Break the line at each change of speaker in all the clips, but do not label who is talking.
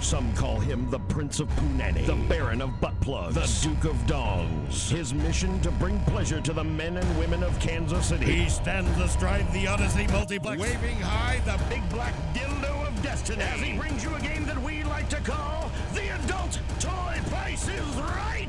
Some call him the Prince of Punani, the Baron of Butt Plugs, the Duke of Dongs. His mission to bring pleasure to the men and women of Kansas City. He stands astride the Odyssey Multiplex, waving high the big black dildo of destiny as he brings you a game that we like to call the Adult Toy Price is Right.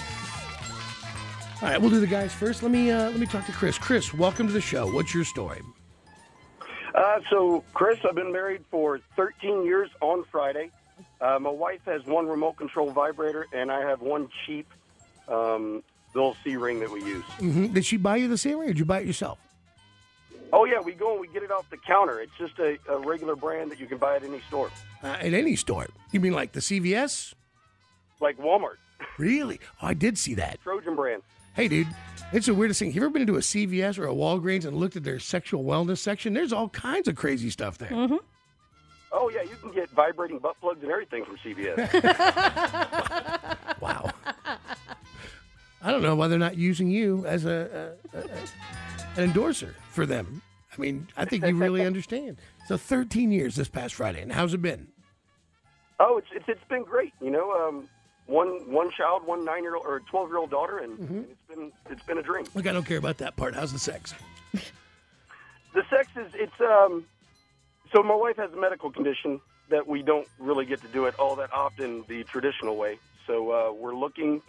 All right, we'll do the guys first. Let me uh, let me talk to Chris. Chris, welcome to the show. What's your story?
Uh, so, Chris, I've been married for 13 years on Friday. Uh, my wife has one remote control vibrator, and I have one cheap um, little C ring that we use.
hmm Did she buy you the same ring, or did you buy it yourself?
Oh, yeah, we go and we get it off the counter. It's just a, a regular brand that you can buy at any store,
Uh, at any store? You mean like the CVS?
like Walmart,
Really? Oh, I did see that.
Trojan brand.
Hey, dude, it's the weirdest thing. Have you ever been to a CVS or a Walgreens and looked at their sexual wellness section? There's all kinds of crazy stuff there.
Oh, yeah, you can get vibrating butt plugs and everything from CVS.
Wow. I don't know why they're not using you as a, a, a- an endorser for them. I mean, I think you really understand. So, 13 years this past Friday, and how's it been?
oh, it's, it's it's been great. You know, um, one one child, one nine year old or 12 year old daughter, and, and it's been it's been a dream.
Look, I don't care about that part. How's the sex?
the sex is it's um so my wife has a medical condition that we don't really get to do it all that often the traditional way so uh, we're looking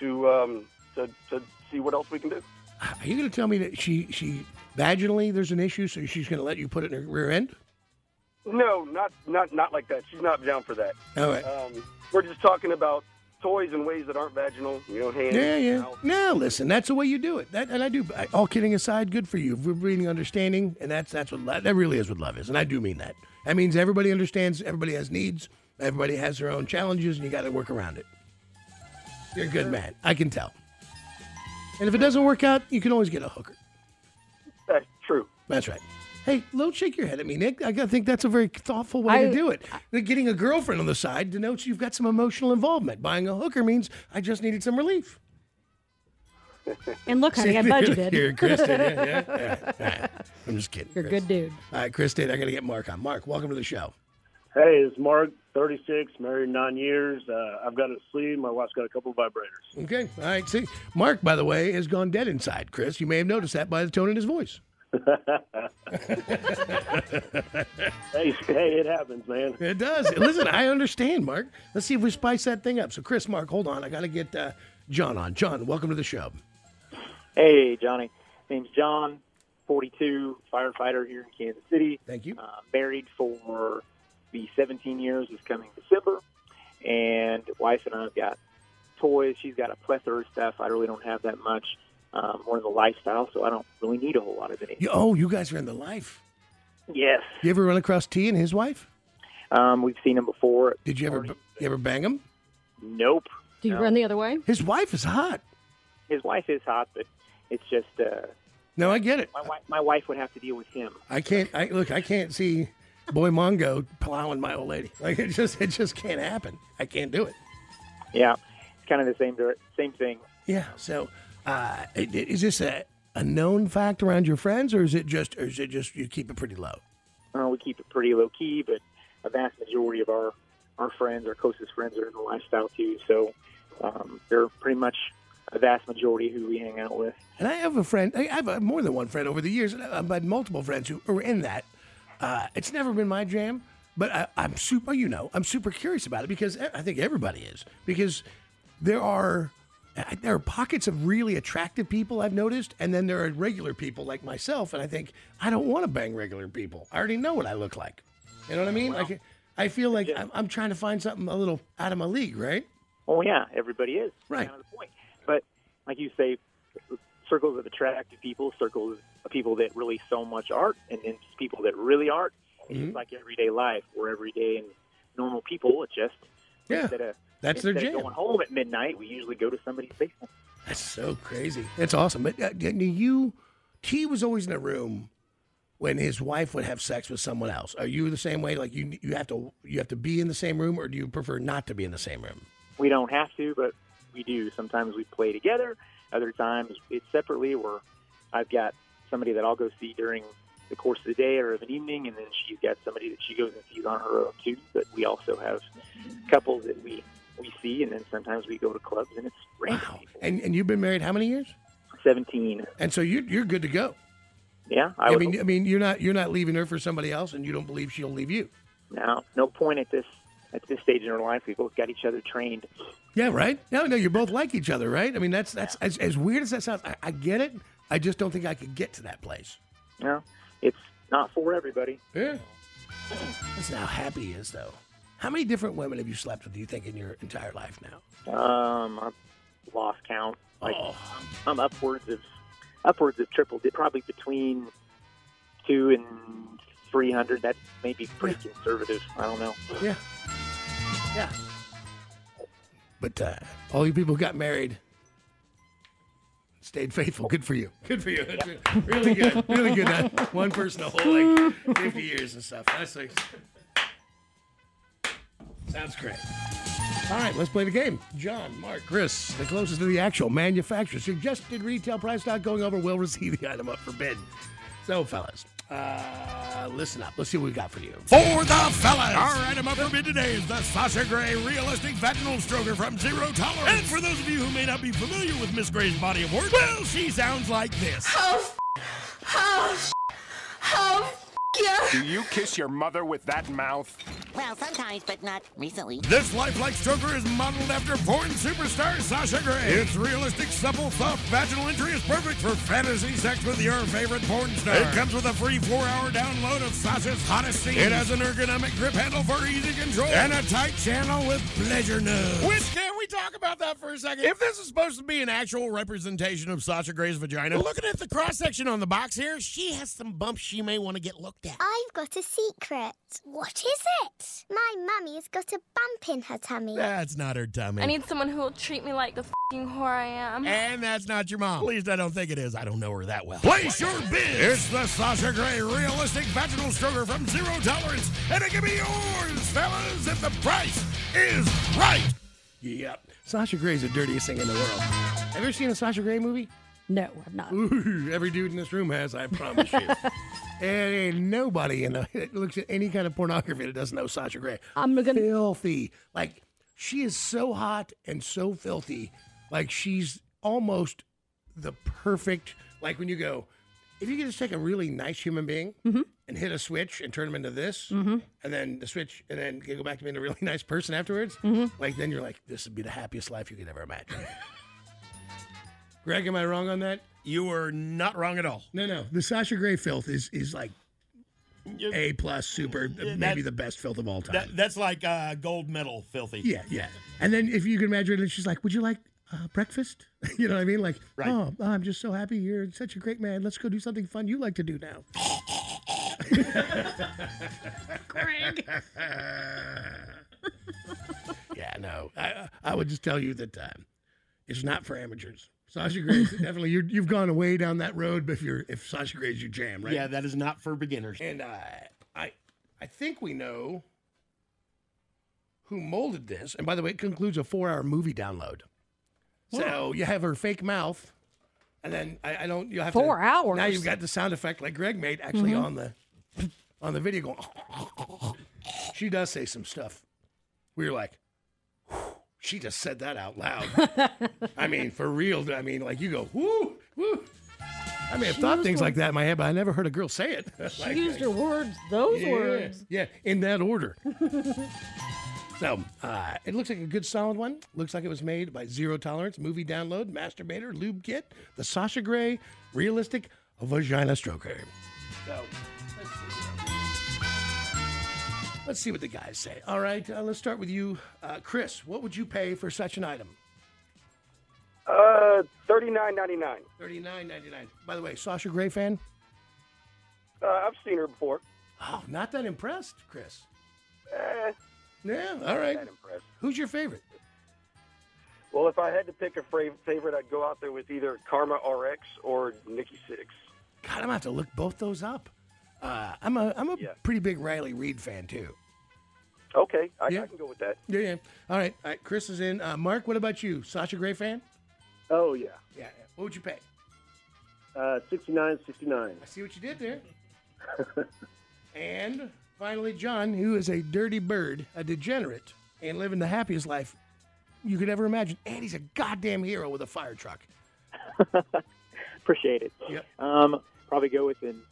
to um to, to see what else we can do
Are you going to tell me that she she vaginally there's an issue, so she's going to let you put it in her rear end?
no not not not like that she's not down for that
All right.
um, we're just talking about toys in ways that aren't vaginal you know hands
yeah, yeah.
mouth.
No, listen, that's the way you do it. That, and I do. I, all kidding aside, good for you. If we're breeding understanding, and that's that's what lo- that really is what love is, and I do mean that. That means everybody understands. Everybody has needs. Everybody has their own challenges, and you got to work around it. You're a good man. I can tell. And if it doesn't work out, you can always get a hooker.
that's true
That's right. Hey, don't shake your head at me, Nick. I gotta think that's a very thoughtful way
I-
to do it. Getting a girlfriend on the side denotes you've got some emotional involvement. Buying a hooker means I just needed some relief.
And look, honey, I budgeted.
Here, Kristen. Yeah, yeah, yeah. All right. I'm just kidding.
You're a
Chris.
good dude.
All right, Kristen, I got to get Mark on. Mark, welcome to the show.
Hey, it's Mark, 36, married nine years. Uh, I've got a sleeve. My wife's got a couple of vibrators.
Okay. All right. See, Mark, by the way, has gone dead inside, Chris. You may have noticed that by the tone in his voice.
Hey, hey, it happens, man.
It does. Listen, I understand, Mark. Let's see if we spice that thing up. So, Chris, Mark, hold on. I got to get uh, John on. John, welcome to the show.
Hey, Johnny. Name's John, 42, firefighter here in Kansas City.
Thank you.
Uh, married for the 17 years this coming December. And wife and I have got toys. She's got a plethora of stuff. I really don't have that much. Um, we're in the lifestyle, so I don't really need a whole lot of anything.
You, oh, you guys are in the life.
Yes.
You ever run across T and his wife?
Um, we've seen him before.
Did you ever
Already-
you ever bang him?
Nope.
Do you run the other way?
His wife is hot.
His wife is hot, but it's just uh,
No, I get it.
My, wi- my wife would have to deal with him.
I can't. I look. I can't see boy Mongo plowing my old lady. Like it just, it just can't happen. I can't do it.
Yeah, it's kind of the same dir- same thing.
Yeah. So, uh, i- i- is this a, a known fact around your friends, or is it just, or is it just you keep it pretty low?
Uh, we keep it pretty low key, but a vast majority of our our friends, our closest friends, are in the lifestyle too. So um, they're pretty much a vast majority who we hang out with.
And I have a friend. I have uh more than one friend over the years. and I- I've had multiple friends who are in that. Uh, it's never been my jam, but I, I'm super. You know, I'm super curious about it because e, I I think everybody is because there are I- there are pockets of really attractive people I've noticed, and then there are regular people like myself. And I think I don't want to bang regular people. I already know what I look like. You know what I mean? Like I feel like I'm, I'm trying to find something a little out of my league, right?
Oh yeah, everybody is. That's
Right.
Kind of the point. But like you say, circles of attractive people, circles of people that really so much art, and then just people that really aren't. It's
Mm-hmm.
just like everyday life. We're everyday and normal people. It's just
Yeah.
instead of
That's their
instead of
jam.
going home at midnight, we usually go to somebody's basement.
That's so crazy. That's awesome. But uh, d- do you, T was always in a room when his wife would have sex with someone else. Are you the same way? Like you, you have to, you have to be in the same room, or do you prefer not to be in the same room?
We don't have to, but we do. Sometimes we play together. Other times it's separately. Where I've got somebody that I'll go see during the course of the day or of an evening, and then she's got somebody that she goes and sees on her own too. But we also have couples that we we see, and then sometimes we go to clubs, and it's random people.
And and you've been married how many years?
Seventeen.
And so you you're good to go.
Yeah, I,
I,
would
mean, I mean, you're not you're not leaving her for somebody else, and you don't believe she'll leave you.
now no point at this at this stage in our life. We both got each other trained.
Yeah, right. No, no, you both like each other, right? I mean, that's that's as, as weird as that sounds. I, I get it. I just don't think I could get to that place.
You know, it's not for everybody.
Yeah. Listen how happy he is, though. How many different women have you slept with, do you think, in your entire life now?
Um, I've lost count. Like
Oh.
I'm um, upwards of upwards of triple, di- probably between two and three hundred. That may be pretty conservative. I don't know.
Yeah. Yeah. But uh, all you people got married, stayed faithful. Good for you. Good for you. That's it. Really good. Really good. Uh, one person a whole like 50 years and stuff. That's like. Sounds great. All right, let's play the game. John, Mark, Chris, the closest to the actual manufacturer. Suggested retail price not going over will receive the item up for bid. So, fellas, uh, listen up. Let's see what we got for you.
For the fellas. Our item up for bid today is the Sasha Gray Realistic Vaginal Stroker from Zero Tolerance. And for those of you who may not be familiar with Miss Gray's body of work, well, she sounds like this.
Do you kiss your mother with that mouth?
Well, sometimes, but not recently.
This lifelike stroker is modeled after porn superstar Sasha Gray. Its realistic, supple, soft vaginal entry is perfect for fantasy sex with your favorite porn star. It comes with a free four-hour download of Sasha's hottest scenes. It has an ergonomic grip handle for easy control and a tight channel with pleasure nodes. Which can we talk about that for a second? If this is supposed to be an actual representation of Sasha Gray's vagina, looking at the cross section on the box here, she has some bumps she may want to get looked
Uh,
at.
I've got a secret. What is it? My mummy's got a bump in her tummy.
That's not her tummy.
I need someone who will treat me like the fing whore I am.
And that's not your mom. At least I don't think it is. I don't know her that well. Place your bid. It's the Sasha Gray Realistic Vaginal Stroker from Zero Tolerance. And it can be yours, fellas, if the price is right.
Yep. Sasha Gray's the dirtiest thing in the world. Have you ever seen a Sasha Gray movie?
No, I'm not.
Ooh, every dude in this room has, I promise you. and ain't nobody in the, that looks at any kind of pornography that doesn't know Sasha Gray.
I'm gonna-
filthy. Like she is so hot and so filthy. Like she's almost the perfect. Like when you go, if you could just take a really nice human being
Mm-hmm.
and hit a switch and turn him into this, and then the switch, and then go back to being a really nice person afterwards.
Mm-hmm.
Like then you're like, this would be the happiest life you could ever imagine. Greg, am I wrong on that?
You were not wrong at all.
No, no. The Sasha Grey filth is is like A plus super, maybe the best filth of all time.
that's like uh, gold medal filthy.
yeah, yeah. And then if you can imagine it, she's like, "Would you like uh, breakfast?" you know what I mean? Like, oh, oh, I'm just so happy you're such a great man. Let's go do something fun you like to do now.
Greg.
yeah, no. I I would just tell you that uh, it's um, not for amateurs. Sasha Gray's definitely you you've gone way down that road. But if you're if Sasha Gray's your jam, right?
Yeah, that is not for beginners.
And I I I think we know who molded this. And by the way, it concludes a four-hour movie download. So you have her fake mouth, and then I, I don't. You will have to-
Four hours?
Now you've got the sound effect like Greg made actually
Mhm.
on the on the video going. she does say some stuff. We were like, "Whew, she just said that out loud. I mean, for real. I mean, like you go, woo, woo. I may have
She
thought
used
things
her-
like that in my head, but I never heard a girl say it.
She
Like,
used her words, those
yeah,
words.
Yeah, in that order. So uh, it looks like a good solid one. Looks like it was made by Zero Tolerance, Movie Download, Masturbator, Lube Kit, the Sasha Gray, Realistic Vagina Stroker. So let's see what the guys say. All right, uh, let's start with you, uh, Chris. What would you pay for such an item?
Uh, thirty nine ninety nine.
Thirty nine ninety nine. By the way, Sasha Gray fan?
Uh, I've seen her before.
Oh, not that impressed, Chris.
Eh,
Yeah,
not
all right.
That impressed.
Who's your favorite?
Well, if I had to pick a fra- favorite, I'd go out there with either Karma RX or Nikki Six.
God, I'm gonna have to look both those up. Uh, I'm a I'm a pretty big Riley Reed fan too.
Okay, I,
Yeah.
I can go with that.
Yeah, yeah. All right, all right. Chris is in. Uh, Mark, what about you? Sasha Gray fan?
Oh yeah,
Yeah. yeah. What would you pay?
uh, 69, 69.
I see what you did there. and finally, John, who is a dirty bird, a degenerate, and living the happiest life you could ever imagine, and he's a goddamn hero with a fire truck.
Appreciate it.
Yep.
Um, probably go with an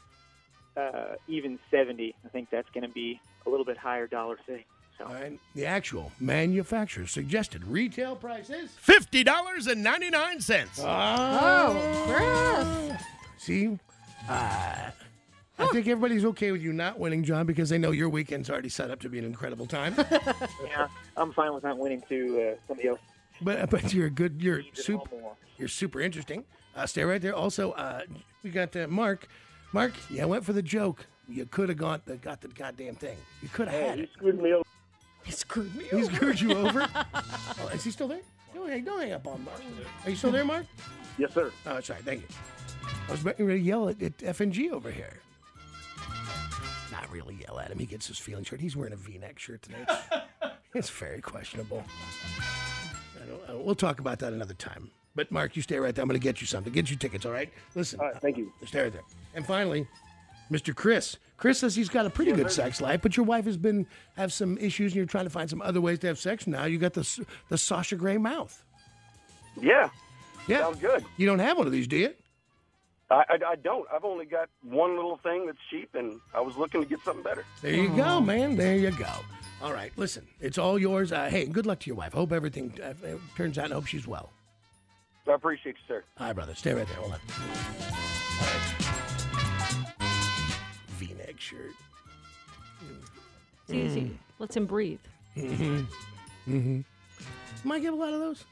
uh, even 70. I think that's going to be a little bit higher dollar thing. So.
Uh, The actual manufacturer suggested retail price is
Fifty dollars and ninety nine cents.
Ah! Oh, Chris. See, uh, I think everybody's okay with you not winning, John, because they know your weekend's already set up to be an incredible time.
Yeah, I'm fine with not winning to uh, somebody else.
but but you're a good. You're
Needs it all
super.
more.
You're super interesting. Uh, stay right there. Also, uh, we got uh, Mark. Mark, yeah, went for the joke. You could have got the got the goddamn thing. You could have had
he
it.
screwed me over.
He screwed me. He screwed you over. oh, is he still there? Don't hang, don't hang up on Mark. Are you still there, Mark?
Yes, sir.
Oh, that's right. Thank you. I was about to yell at, at FNG over here. Not really yell at him. He gets his feelings hurt. He's wearing a V-neck shirt today. It's, it's very questionable. I don't, I don't- we'll talk about that another time. But Mark, you stay right there. I'm going to get you something. Get you tickets. All right. Listen. All right.
Thank you.
Stay right there. And finally, Mr. Chris. Chris says he's got a pretty
Yes,
good
sir.
sex life, but your wife has been have some issues, and you're trying to find some other ways to have sex. Now you got the s- the Sasha Grey mouth.
Yeah.
Yeah.
Sounds good.
You don't have one of these, do you?
I, I, I don't. I've only got one little thing that's cheap, and I was looking to get something better.
There you go, man. There you go. All right, listen, it's all yours. Uh, hey, good luck to your wife. Hope everything uh, uh, turns out. and Hope she's well.
I appreciate you, sir.
All right, brother. Stay right there. Hold on. V neck shirt.
It's easy. Mm. Let's him breathe.
Mm-hmm. Mm-hmm. Might get a lot of those.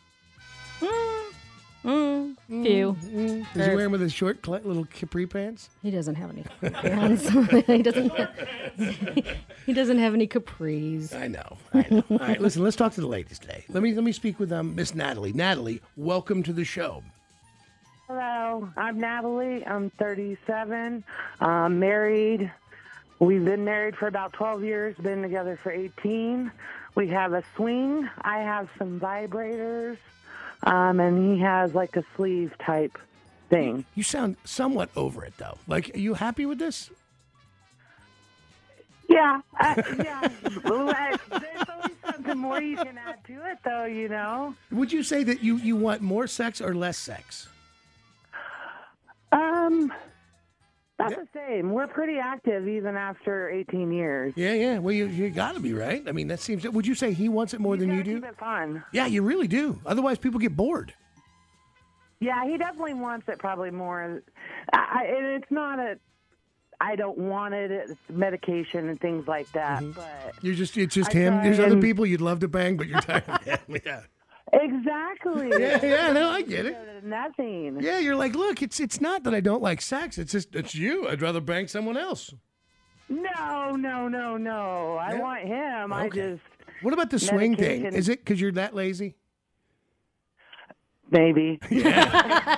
Mm, few.
Mm-hmm. Is he wearing with his short cl- little capri pants?
Er, He doesn't have any ones. he doesn't. he doesn't have any capris.
I know. I know. All right, listen. Let's talk to the ladies today. Let me let me speak with um, Miss Natalie. Natalie, welcome to the show.
Hello, I'm Natalie. I'm 37. i married. We've been married for about 12 years, been together for 18. We have a swing. I have some vibrators, um, and he has like a sleeve type thing.
You sound somewhat over it though. Like, are you happy with this?
Yeah, uh, yeah. Well, I- There's always something more you can add to it, though, you know?
Would you say that you, you want more sex or less sex?
Um, That's the same. We're pretty active even after 18 years.
Yeah, yeah. Well, you, you got to be right. I mean, that seems. Would you say he wants it more than you do?
Keep it fun.
Yeah, you really do. Otherwise, people get bored.
Yeah, he definitely wants it probably more. I, I, and it's not a, I don't want it. It's medication and things like that.
Mm-hmm.
But
You're just it's just
I
him.
try
There's other
and-
people you'd love to bang, but you're tired of him. Yeah.
exactly.
Yeah, yeah, no, I get it.
Nothing.
Yeah, you're like, look, it's it's not that I don't like sex. It's just it's you. I'd rather bang someone else.
No, no, no, no. I
Yeah.
want him. I
Okay.
just
What about the swing thing?
Medication.
Is it because you're that lazy?
Maybe.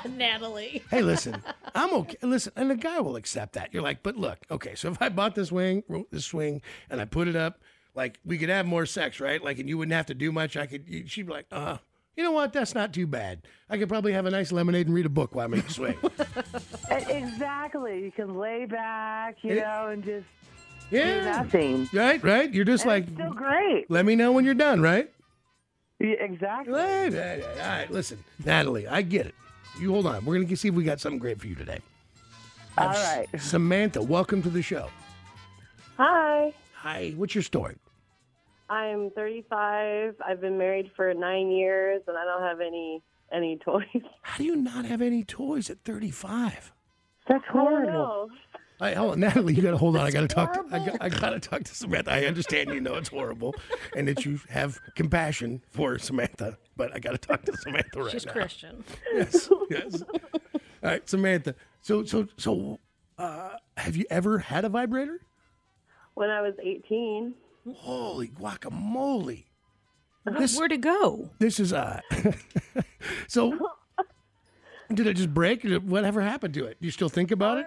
Natalie.
Hey, listen, I'm okay. Listen, and the guy will accept that. You're like, but look, okay, so if I bought this wing, this swing, and I put it up, like we could have more sex, right? Like, and you wouldn't have to do much. I could. You, she'd be like, uh, you know what? That's not too bad. I could probably have a nice lemonade and read a book while I'm in the swing.
E- exactly. You can lay back, you
Yeah.
know, and just do
yeah,
nothing.
right, right. You're just
And
like,
it's still great.
let me know when you're done, right?
Yeah, exactly.
All right, listen, Natalie, I get it. You hold on. We're gonna see if we got something great for you today.
All right.
Samantha, welcome to the show.
Hi,
Hi, what's your story?
I'm 35. I've been married for nine years, and I don't have any any toys.
How do you not have any toys at 35?
That's
horrible.
All right, hold on, Natalie. You gotta hold on. I gotta talk. To, I, got, I gotta talk to Samantha. I understand you know it's horrible, and that you have compassion for Samantha. But I gotta talk to Samantha right
She's
now.
Christian.
Yes, yes. All right, Samantha. So, so, so, uh, have you ever had a vibrator?
When I was 18,
Holy guacamole!
Where'd it go?
This is uh. so, did it just break? Did it- Whatever happened to it? Do you still think about it?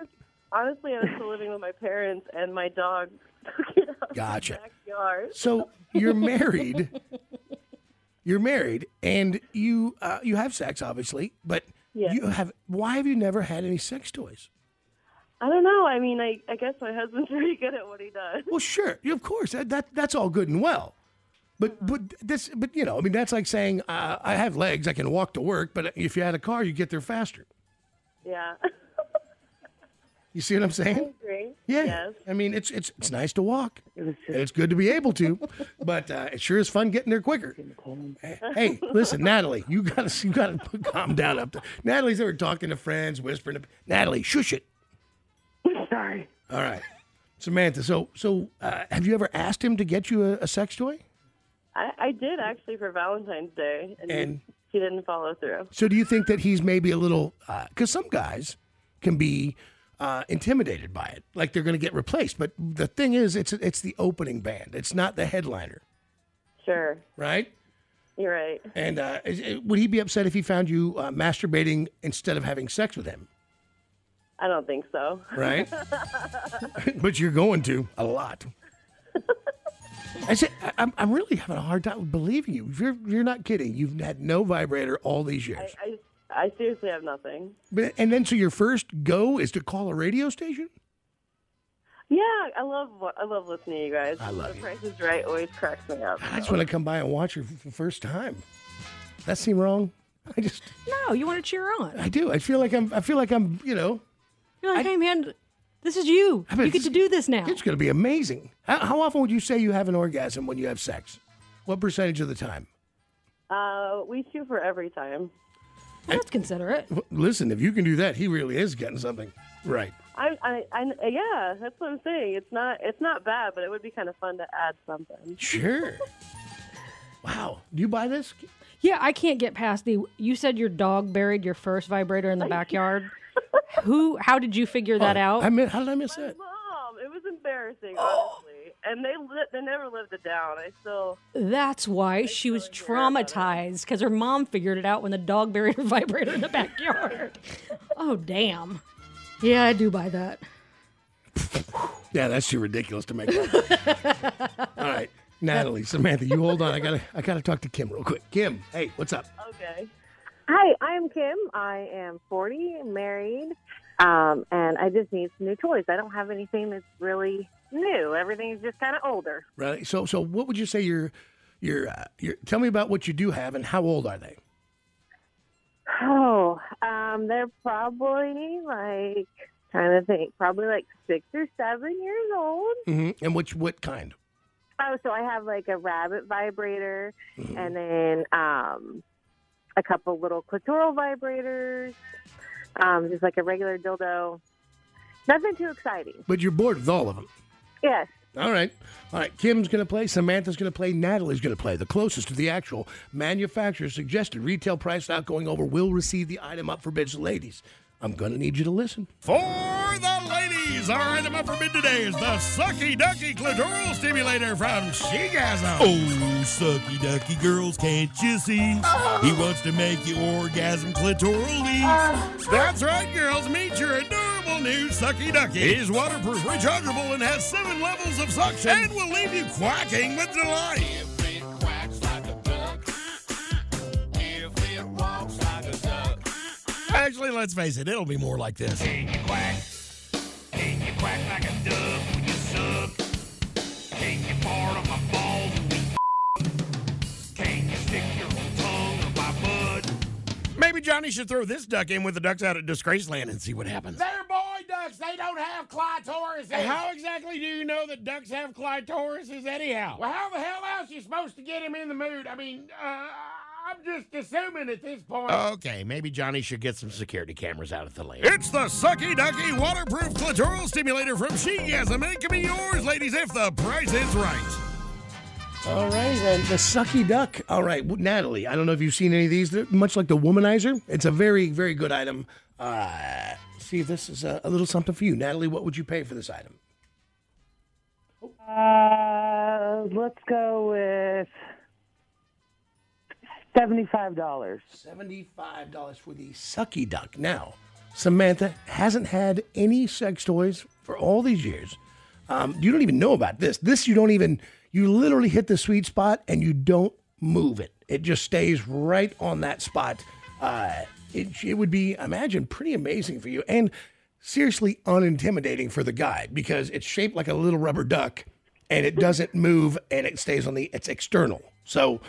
honestly, I was still living with my parents, and my dog took it out
Gotcha.
of the backyard.
So you're married. You're married, and you uh, you have sex, obviously, but
Yes.
you have. Why have you never had any sex toys?
I don't know. I mean, I, I guess my husband's pretty good at what he does.
Well, sure, yeah, of course, that, that that's all good and well, but but this but you know, I mean, that's like saying uh, I have legs, I can walk to work, but if you had a car, you get there faster.
Yeah,
You see what I'm saying?
agree.
Yeah. I mean, it's it's it's nice to walk. and it's good to be able to, but uh, it sure is fun getting there quicker. Hey, listen, Natalie, you gotta you gotta calm down up there. Natalie's ever talking to friends, whispering. To, Natalie, shush it.
Sorry.
All right, Samantha. So so, uh, have you ever asked him to get you a, a sex toy?
I, I did actually for Valentine's Day, and,
And-
he didn't follow through.
So do you think that he's maybe a little? Because some guys can be uh, intimidated by it, like they're going to get replaced. But the thing is, it's it's the opening band. It's not the headliner,
Sure,
right?
you're right.
And uh, is- is- would he be upset if he found you uh, masturbating instead of having sex with him?
I don't think so.
Right. but you're going to a lot. I said, I- I'm, I'm really having a hard time believing you. You're, you're not kidding. You've had no vibrator all these
I,
years.
I I seriously have nothing.
But, and then, so your first go is to call a radio station?
Yeah, I love I love listening to you guys.
I love
the
you.
Price is Right always cracks me up.
I just want to come by and watch her for the first time. That seem wrong? I just,
No, you want to cheer on.
I do. I feel like I'm, I feel like I'm, you know,
You're like, hey man, this is you.
bet
You get
it's-
to do this now.
it's going to be amazing. How, how often would you say you have an orgasm when you have sex? What percentage of the time?
Uh, we shoot for every time.
That's considerate.
Well, Listen, if you can do that, he really is getting something. Right.
I, I, I, yeah, that's what I'm saying. It's not it's not bad, but it would be kind of fun to add something.
Sure. wow. Do you buy this?
Yeah, I can't get past the. You said your dog buried your first vibrator in the backyard. Who? How did you figure that
Oh,
out?
I mean, how did I miss
My
that?
mom, it was embarrassing,
Oh.
honestly, and they li- they never lived it down. I still
That's why she was traumatized because her mom figured it out when the dog buried her vibrator in the backyard. oh damn. Yeah, I do buy that.
Yeah, that's too ridiculous to make. up. All right, Natalie, Samantha, you hold on. I gotta, I gotta talk to Kim real quick. Kim, hey, what's up?
okay.
Hi, I'm Kim. I am 40, married, um, and I just need some new toys. I don't have anything that's really new. Everything's just kind of older.
Right. So, so what would you say your, your, uh, your? Tell me about what you do have and how old are they?
Oh, um, they're probably like trying to think, probably like six or seven years old.
hmm And which, what kind?
Oh, so I have like a rabbit vibrator,
Mm-hmm.
and then um, a couple little clitoral vibrators, um, just like a regular dildo. Nothing too exciting.
But you're bored with all of them.
Yes.
All right. All right. Kim's going to play. Samantha's going to play. Natalie's going to play. The closest to the actual manufacturer's suggested retail price not going over will receive the item up for bids. Ladies, I'm going to need you to listen.
For the ladies, our item up for bid today is the Sucky Ducky Clitoral Stimulator from Shegasm.
Oh, sucky ducky girls, can't you see? He wants to make you orgasm clitorally.
That's right, girls. Meet your adorable new Sucky Ducky. He's waterproof, rechargeable, and has seven levels of suction, and will leave you quacking with delight. Actually, let's face it, it'll be more like this. Maybe Johnny should throw this duck in with the ducks out at Disgraceland and see what happens.
They're boy ducks. They don't have clitorises.
How exactly do you know that ducks have clitorises anyhow?
Well, how the hell else you supposed to get him in the mood? I mean, uh, I'm just assuming at this point.
Okay, maybe Johnny should get some security cameras out at the lake. It's the Sucky Ducky Waterproof Clitoral Stimulator from Shegasm, and it can be yours, ladies, if the price is right.
All right, then the sucky duck. All right, w- Natalie. I don't know if you've seen any of these. They're much like the womanizer. It's a very, very good item. Uh, see, if this is a, a little something for you, Natalie. What would you pay for this item?
Uh, let's go with seventy-five dollars.
Seventy-five dollars for the sucky duck. Now, Samantha hasn't had any sex toys for all these years. Um, you don't even know about this. This you don't even. You literally hit the sweet spot and you don't move it. It just stays right on that spot. Uh, it, it would be, I imagine, pretty amazing for you and seriously unintimidating for the guy because it's shaped like a little rubber duck and it doesn't move and it stays on the. It's external. So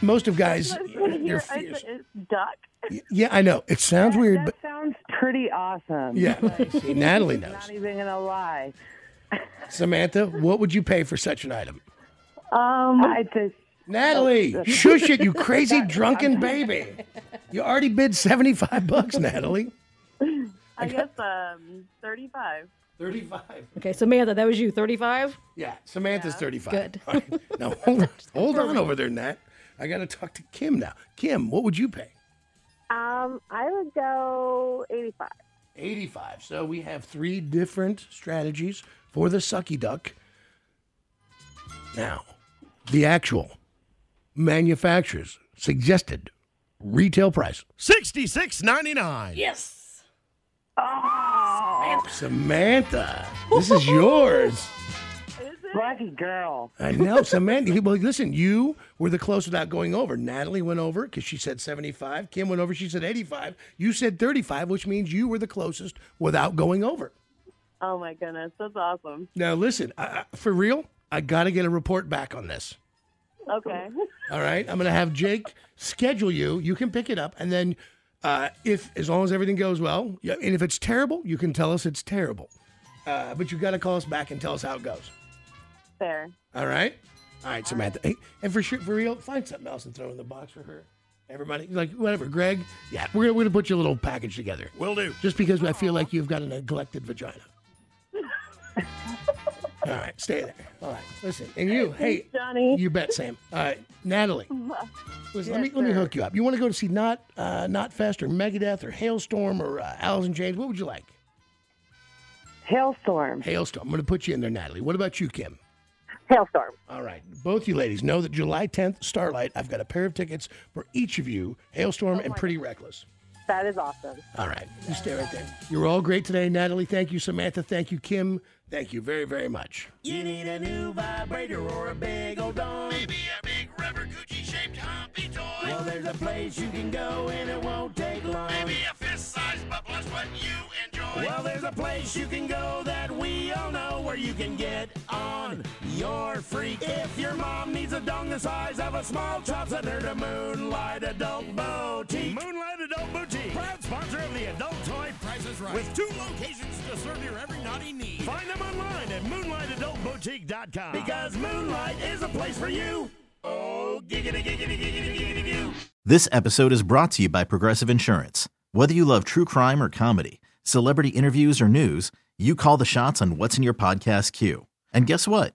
most of guys, they're fierce.
duck.
Yeah, I know. It sounds weird,
That
but
sounds pretty awesome.
Yeah.
Like,
See, Natalie knows.
Not even gonna lie.
Samantha, what would you pay for such an item?
Um, I just
Natalie, shush it, you crazy drunken baby. You already bid 75 bucks, Natalie.
I guess um, 35.
35.
Okay, Samantha, that was you. Thirty-five.
Yeah, Samantha's 35.
Good.
All right. Now, hold on, hold on over there, Nat. I got to talk to Kim now. Kim, what would you pay?
Um, I would go 85.
85. So we have three different strategies for the sucky duck. Now, the actual manufacturer's suggested retail price.
Sixty-six ninety-nine.
Yes.
Oh, Samantha, this is yours.
lucky girl.
I know, Samantha. Well, listen, you were the close without going over. Natalie went over because she said 75. Kim went over, she said 85. You said 35, which means you were the closest without going over.
Oh my goodness, that's awesome.
Now, listen, I, I- for real, I got to get a report back on this.
Okay.
All right, I'm going to have Jake schedule you. You can pick it up, and then uh, if as long as everything goes well, yeah, and if it's terrible, you can tell us it's terrible. Uh, but you got to call us back and tell us how it goes.
Fair.
All right. All right, Samantha. Hey, and for sure, for real, find something else and throw in the box for her. Everybody, like whatever, Greg. Yeah, we're gonna, we're gonna put you a little package together.
Will do.
Just because I feel like you've got a neglected vagina. All right, stay there. All right, listen, and you, hey, Johnny. You bet, Sam. All right, Natalie. Listen, let me let me hook you up. You want to go to see Not uh, Not Fest or Megadeth or Hailstorm or uh, Alice in Chains? What would you like?
Hailstorm.
Hailstorm. I'm gonna put you in there, Natalie. What about you, Kim?
Hailstorm.
All right. Both you ladies know that July 10th, Starlight, I've got a pair of tickets for each of you, Hailstorm and Pretty Reckless.
That is awesome.
All right. Oh, You stay right there. You're all great today, Natalie. Thank you, Samantha. Thank you, Kim. Thank you very, very much.
You need a new vibrator or a big old dong. Maybe a big rubber Gucci shaped humpy toy. Well, there's a place you can go and it won't take long. Maybe a fist sized bubbler's what you enjoy. Well, there's a place you can go that we all know where you can get on your freak. If your mom needs a dong the size of a small chop center to Moonlight Adult Boutique.
Moonlight Adult Boutique, proud sponsor of the Adult Toy Price is Right. With two locations to serve your every naughty need. Find them online at moonlightadultboutique.com.
Because Moonlight is a place for you. Oh, giggity, giggity, giggity, giggity, giggity.
This episode is brought to you by Progressive Insurance. Whether you love true crime or comedy, celebrity interviews or news, you call the shots on what's in your podcast queue. And guess what?